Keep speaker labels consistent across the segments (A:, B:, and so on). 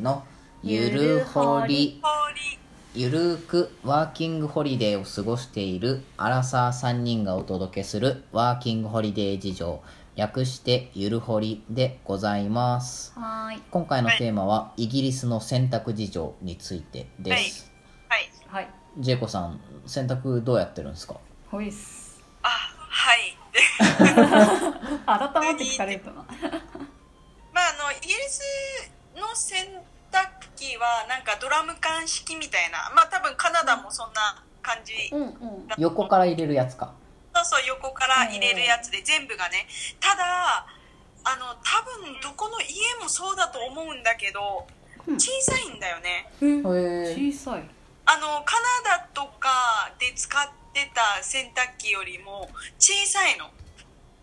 A: のゆるほりゆるーくワーキングホリデーを過ごしているアラサー3人がお届けするワーキングホリデー事情略してゆるほりでございます
B: はーい
A: 今回のテーマはイギリスの洗濯事情についてです、
C: はい。
B: はい
A: ジェイコさん洗濯どうやってるんですか
B: ほいっす
C: あ、はい。で、
B: 改まって聞かれるとな
C: まあ、あの、イギリスの洗濯機は、なんかドラム缶式みたいな、まあ、多分カナダもそんな感じ。
B: うんうん
A: 横から入れるやつか
C: そうそう、横から入れるやつで、全部がね。ただ、あの、多分どこの家もそうだと思うんだけど、
B: うん
C: 小さいんだよね。
B: え
A: へ
B: 小さい
C: あの、カナダとかで使ってた洗濯機よりも、小さいの、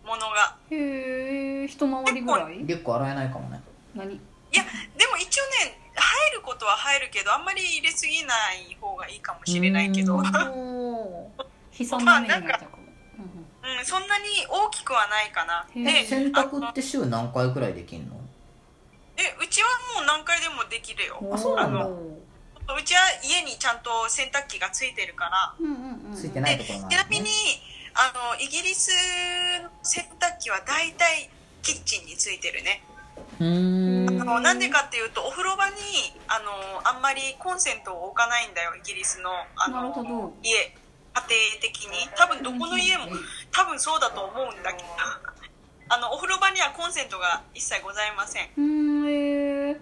C: ものが。
B: へえ一回りぐら
A: え
B: い
A: リュック洗えないかもね
B: 何
C: いやでも一応ね入ることは入るけどあんまり入れすぎない方がいいかもしれないけど、
A: う
C: うんん
B: おー悲惨な目になっちゃうかも
C: そんなに大きくはないかな
B: へ
C: で
B: え
A: え洗濯
C: あ
A: って週何回くらいできんの
C: えうちはもう何回でもできるよ
B: うんうん
A: あそうなんだ
B: おー
C: うちは家にちゃんと洗濯機がついてるから
B: うんうんうん
A: ついてないところもあ
C: ち
A: る
C: な
A: の
C: み
A: ね
C: にあのイギリスの洗濯機は大体キッチンについてるね
A: うーん
C: あ
B: う
C: の
B: ん
C: なんでかっていうとお風呂場にあのあんまりコンセントを置かないんだよイギリスのあ
B: なるほ
C: の
B: ど
C: 家家庭的に多分どこの家も多分そうだと思うんだけどあのお風呂場にはコンセントが一切ございません
B: うーんへえ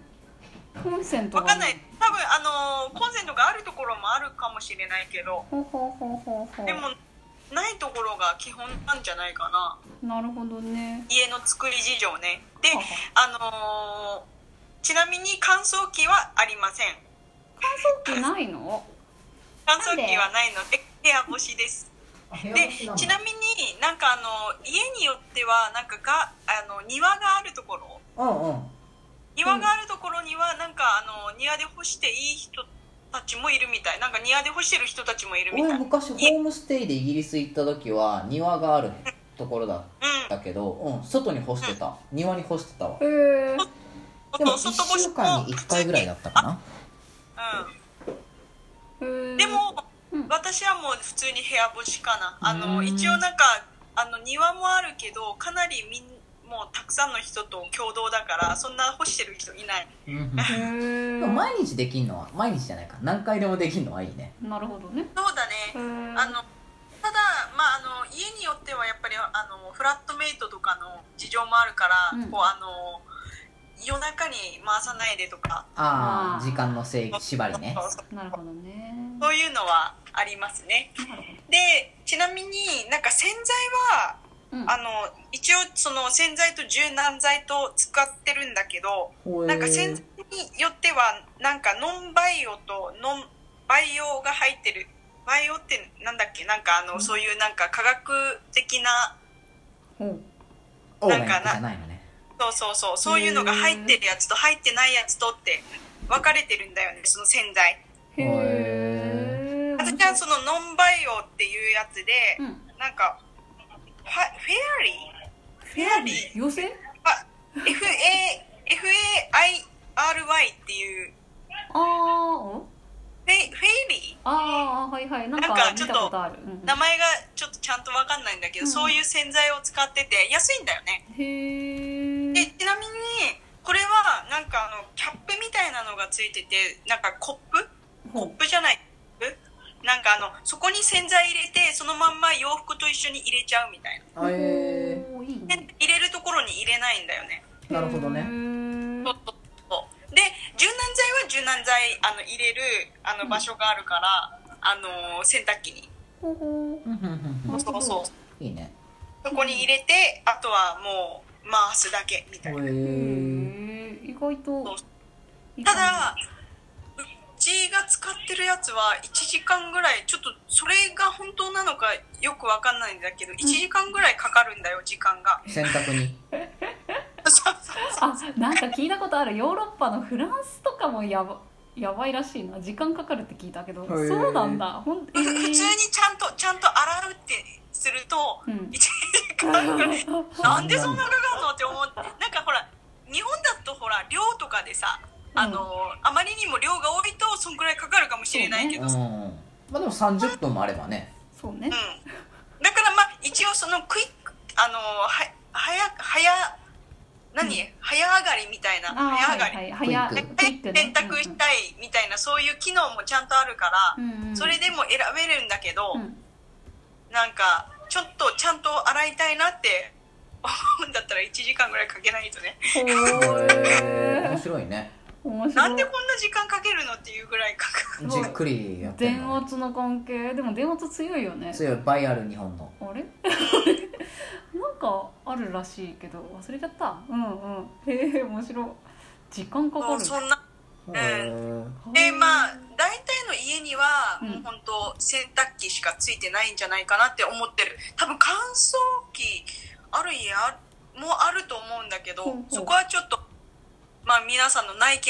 B: コンセント
C: わ
B: が
C: かんない多分あのコンセントがあるところもあるかもしれないけど
B: ほうほうほうほうほう
C: でもないところが基本なんじゃないかな
B: なるほどね
C: 家の作り事情ねで
B: はは
C: あのーちなみに乾燥機はありません
B: 乾燥機ないの
C: 乾燥機はないので部屋干しですでちなみになんかあの家によってはなんかがあの庭があるところ
A: うんうん
C: 庭があるところにはなんかあの庭で干していい人たちもいるみたいなんか庭で干してる人たちもいるみたい
A: 俺
C: うんうん
A: 昔ホームステイでイギリス行った時は庭があるところだったけど、うん、外に干してた庭に干してたわ
B: へえ
A: でも1
C: 外干し
A: 週間に1回ぐらいだったかな
C: うん、でも、
B: うん
C: 私はもう普通に部屋干しかなあ
A: う
C: の
A: ん
C: 一応なんかあの庭もあるけどかなりみんもうたくさんの人と共同だからそんな干してる人いない
A: で
B: へえ
A: も毎日できんのは毎日じゃないか何回でもできんのはいいね
B: なるほどね
C: そうだね、
B: へえ
C: あのただ、まあ、あの家によってはやっぱりあのフラットメイトとかの事情もあるから、
B: うん
C: こうあの夜中に回さないでとか
A: あ
B: あ
A: あ
B: ー
A: 時間の制縛りね
C: そうそう
B: なるほどね
C: そういうのはありますね
B: なるほ
C: でちなみになんか洗剤は
B: どうん
C: あの一応その洗剤と柔軟剤と使ってるんだけど
A: ほえ
C: なんか洗剤によってはなんかノンバイオとノンバイオが入ってるバイオってなんだっけなんかあの、
B: うん
C: そういうなんか科学的な
B: ほう
A: オーガニックじゃないのね
C: そうそうそうそういうのが入ってるやつと入ってないやつとって分かれてるんだよねその洗剤
B: へえ
C: 私はそのノンバイオっていうやつで
B: うん
C: なんかファフェアリ
B: フェアリー妖精
C: ー FAFAIRY っていう
B: あーうん
C: フェフェイリ
B: あーはいはいなん
C: なん
B: か
C: か
B: 見
C: ちょったと
B: ことあるうんうん
C: ー名前がちょっとちゃんと分かんないんだけど、
B: うん
C: そういう洗剤を使ってて安いんだよね
B: へ
C: で
B: え
C: ちなみにこれはなんかあのキャップみたいなのがついててなんかコップコップじゃないえなんかあのそこに洗剤入れてそのまんま洋服と一緒に入れちゃうみたい
A: あ
C: な
A: え
B: おーいい
C: で
B: ね
C: 入れるところに入れないんだよね
A: なるほどね
B: へー
C: そうそうそうで柔軟剤は柔軟剤あの入れるあ
B: う
C: の
B: ん
C: 場所があるから、あの洗濯機に
B: ほうほ
A: ーうんうん
B: な
A: うん
B: る
C: そ
B: ほど
C: うそう
A: いいね
C: そこに入れてあとはもう回すだけみた
A: ほ
C: いな
A: え
B: うへえ意外
C: そう
B: と
C: ただうちが使ってるやつは1時間ぐらいちょっとそれが本当なのかよくわかんないんだけど1時間ぐらいかかるんだよ時間が
A: 洗濯に
C: そうそう
B: あなんか聞いたことあるヨーロッパのフランスとかもやばやばいらしいな時間かかるって聞いたけど
A: へー
B: そうなんだほんえ
C: 普通に
B: ー
C: ちゃんとちゃんと洗うってすると
B: うん
C: 1時間ぐらいなんでそんなかかるのって思ってなんかほら日本だとほら寮とかでさあのあまりにも量が多いとそんくらいかかるかもしれないけ
A: うん
C: ど、
A: まあでも30分もあればね
B: そうね、
C: うん、だからまあ一応そのクイックあのは早早何、早上がりみたいな
B: ああ
C: 早上がり、
B: はいはい早
A: クイ
B: クイックね
C: 選択したいみたいなそういう機能もちゃんとあるから、
B: うんうん
C: それでも選べるんだけど、
B: うん
C: なんかちょっとちゃんと洗いたいなって思うんだったら1時間ぐらいかけないとね
B: ほ
A: へー面
B: ー
A: 白いね
B: 面白い
C: なんでこんな時間かけるのっていうぐらいかか
B: す
C: る
A: じ
B: ごい
A: っくりやってる
B: 電
A: のね
B: 圧の関係でも電圧強いよね
A: 強いバイアル日本の
B: あれ なんかあるらしいけど忘れちゃったうんうんへえ面白い時間かか
C: も
B: る
C: うそんな
A: へー
C: でまあ
B: へ
C: 大体の家には
B: うん
C: もう本当洗濯機しかついてないんじゃないかなって思ってる多分乾燥機ある家あもあると思うんだけど
B: ほうほう
C: そこはちょっとまあ皆さんの内見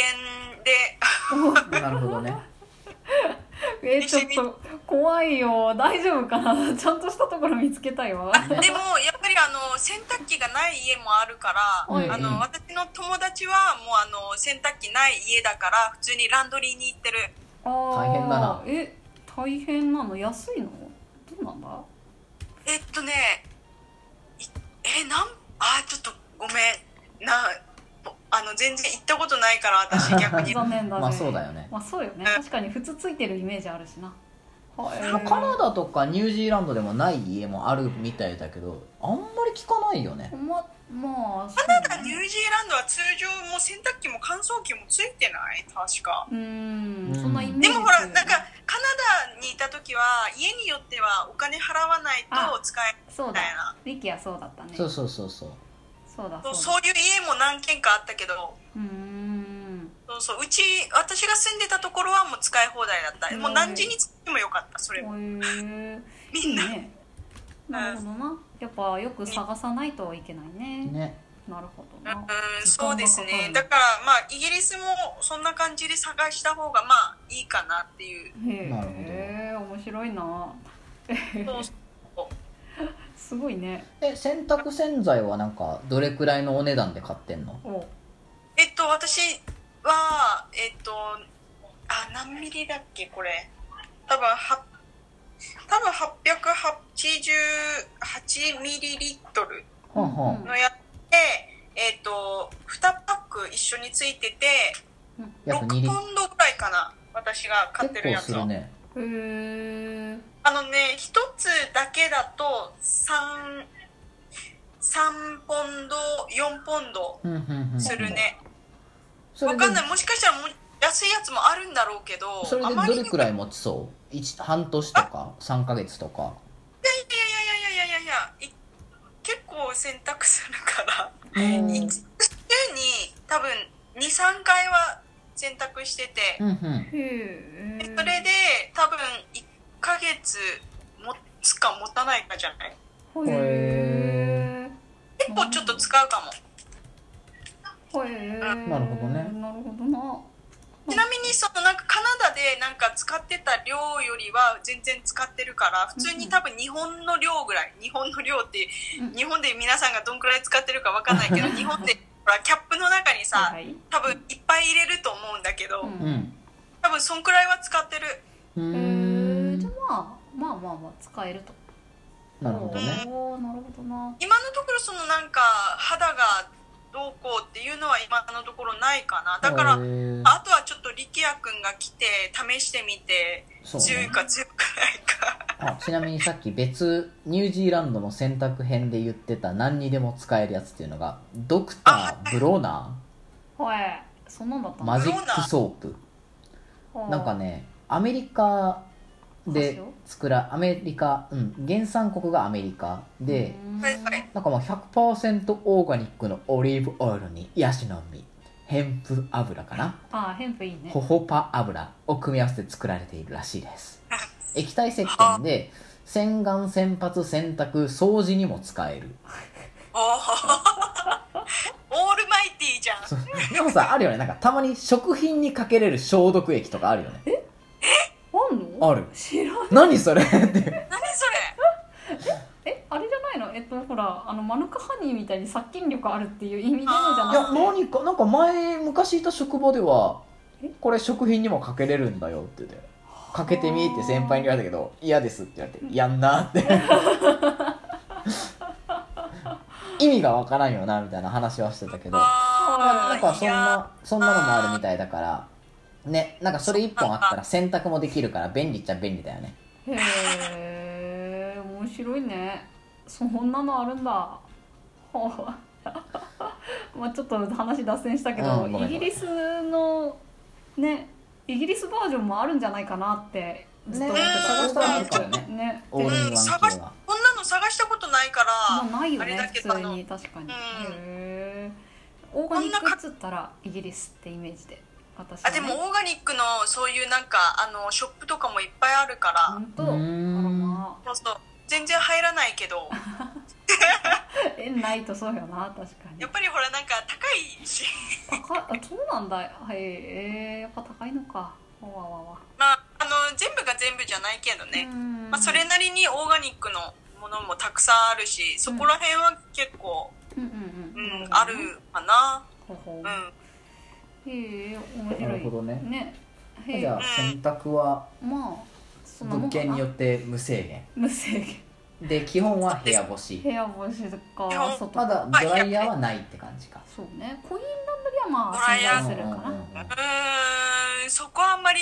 C: で
A: なるほどね
B: えーちょっと怖いよ大丈夫かな ちゃんとしたところ見つけたい わ
C: でもやっぱりあの洗濯機がない家もあるから
B: はい
C: あ
A: うん
C: の私の友達はもうあの洗濯機ない家だから普通にランドリーに行ってる
B: あー
A: 大変だな
B: え大変なの安いのどうなんだ
C: えっとねいえなんあちょっとごめんなぼあの全然行ったことないから 私逆に
B: 残念だね
A: まあそうだよね
B: まあそうよね確かに普通ついてるイメージあるしなは
A: まあカナダとかニュージーランドでもない家もあるみたいだけどあんまり聞かないよね
B: ままあそ
C: カ
B: うね
C: ナダニュージーランドは通常もう洗濯機も乾燥機もついてない確か
B: うーんそんなイメージ
C: でもほら
B: 強
C: ないん
B: よ
C: か
B: ね
C: カナダにいた時は家によってはお金払わないと使えない
B: そう
C: み
B: だ
C: たいな
B: リキはそうだったね
A: そうそうそうそう
B: そうだ
C: そう
B: だ
C: そういう家も何軒かあったけど
B: うーん
C: そうそううち私が住んでたところはもう使い放題だったもう何時に使ってもよかったそれも
B: こういう
C: みんな
B: ねなるほどなやっぱよく探さないといけないね
A: ね
B: なるほどな
C: うん、
B: 時間
C: そ
B: がかか
C: う
B: る
C: ですね。だから、まあ、イギリスもそんな感じで探した方が、まあ、いいかなっていう。
A: なる
B: へえ面白いな
C: そうそう
B: すごいね
A: え洗濯洗剤はなんかどれくらいのお値段で買ってんの
B: お
C: えっと、私は、えっと、あ、何ミリだっけ、これ。多分、は、多分888ミリリットル
A: はんは
B: うん
A: ん
C: のやつで、えっと、2パック一緒についてて、6
A: 約
C: ポ
A: 2
C: ン
A: リッ
C: ドぐらいかな。私が買って
A: 結
C: るや
A: 構
C: つ
A: す
C: は
A: る。ね
B: へえ
C: あのね、一つだけだと、三、三ポンド、四ポンド
A: うんうんうんうん
C: するね。
A: そ
C: わ
A: れで
C: かんない。もしかしたらもう安いやつもあるんだろうけど、
A: それ
C: あ
A: で
C: ま
A: ど
C: りに
A: れくらい持ちそう一半年とか3ヶ月とか
C: いやいやいやいやいやいやい結構選択するから、
A: うん
C: いつ週に多分二三回は選択してて
A: う、んうん
B: へえ
C: それで多分一ヶ月持つか持たないかじゃない
B: へえ
C: 結構ちょっと使うかも。
B: ほえ
A: なるほどね
B: なるほどな
C: ちなみにそのなんかカナダでなんか使ってた量よりは全然使ってるから普通に多分日本の量ぐらい日本の量って
B: うん
C: 日本で皆さんがどんくらい使ってるかわかんないけど日本でほらキャップの中に
B: は
C: さ
B: い
C: 多分いっぱい入れると思うんだけ
B: う
C: ど
B: ん
A: うん
C: 多分そんくらいは使ってる
A: うーん
B: へえじゃあまあまあまあまあ使えると
A: なるほどね
B: おーなるほどな
C: 今のところそのなんか肌がどうこうっていうのは今のところないかなだから
A: へー
C: あとはちょっと力也くんが来て試してみて
A: そう
C: 強い
A: ね
C: か強くないか。
A: あちなみにさっき別ニュージーランドの選択編で言ってた何にでも使えるやつっていうのがドクターブロナ
B: はいそんなんだった
A: ー
B: の
A: マジックソープ
B: はい
A: なんかねアメリカで作らアメリカうん原産国がアメリカで
B: うーん
C: はいはい
A: なんかもう100%オーガニックのオリーブオイルにヤシの実ヘンプ油かな
B: ああヘンプいいね
A: ホホパ油を組み合わせて作られているらしいです液体石鹸で洗顔洗髪洗濯掃除にも使える
C: おおオールマイティーじゃん
A: そうでもさあるよねなんかたまに食品にかけれる消毒液とかあるよね
B: あんの
A: ある
B: 知らん
A: 何それって
C: 何それ
B: えあれじゃないのえっとほらあのマヌカハニーみたいに殺菌力あるっていう意味でのじゃ
A: いや
B: なくて
A: 何かなんか前昔いた職場では
B: え
A: これ食品にもかけれるんだよって言ってかけてみって先輩に言われたけど嫌ですって言われてやんなって 意味がわからんよなみたいな話はしてたけど
C: あ
A: な
C: ー
A: んかそん
C: いや
A: なそんなのもあるみたいだからねなんかそれ一本あったら洗濯もできるから便利っちゃ便利だよね
B: へえ面白いねそんなのあるんだ はあまあちょっと話脱線したけど、
A: うんごめんごめん
B: イギリスのねイギリスバージョンもあるんじゃないかなってずっと思って
A: 探したらあるから
B: た、
A: ね
B: ね
A: オールインワン
C: うん
A: 機
C: 探し
A: は
C: こんなの探したことないから、
B: まあないよ
C: あれだ
B: ね
C: け
B: 普
C: ど
B: 通に確かに、
C: ん
B: へえオーガニックっつったらイギリスってイメージで私は
C: あ
B: ね
C: でもオーガニックのそういうなんかあのショップとかもいっぱいあるから、
B: 本当
A: う
B: あら
A: ーん
B: まあ
C: そうそう全然入らないけど
B: えないとそうよな確かに
C: やっぱりほらなんか高いし
B: 高いあそうなんだはいえー、やっぱ高いのかわわわわ
C: まああの全部が全部じゃないけどね、
B: うん
C: まあ、それなりにオーガニックのものもたくさんあるしそこら辺は結構、
B: うんう
C: う
B: んんうん
C: あるかな
B: ほほ
C: うん
B: へえ面
A: な
B: 白
A: る
B: い
A: ほどね
B: ねへ
A: じゃ
B: え
A: あ洗濯は
B: まあそんなも
A: 物
B: んか
A: 件によ
B: な
A: って無制限
B: 無制限
A: で基本は部屋干し
B: 部屋干しと
C: 基本
B: か外
A: た
B: か
A: だドライヤーはないって感じか
B: そうねコインランドリーはまあ
C: ドライヤー
B: 存在するかな、
A: うんうんうんうん
C: うーんそこはあんまり、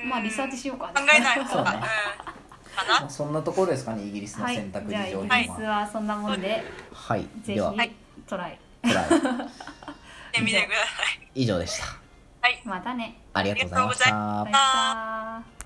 C: うん
B: まあリサーチしようか
C: 考えない方が、
A: そうね
C: うん、かな
A: まあそんなところですかねイギリスの
B: はい
A: 選択
B: じゃあ
A: 事
B: イ
A: 情
B: ギ
A: に
B: リス
A: は
B: はそんなもんで
A: はい
B: ぜ
A: では
B: ひトライ
A: トライ
C: で見てください
A: 以上でした
C: はい
B: またね
A: ありがとうございまし
C: ありがとうございました
A: た
B: バイバイ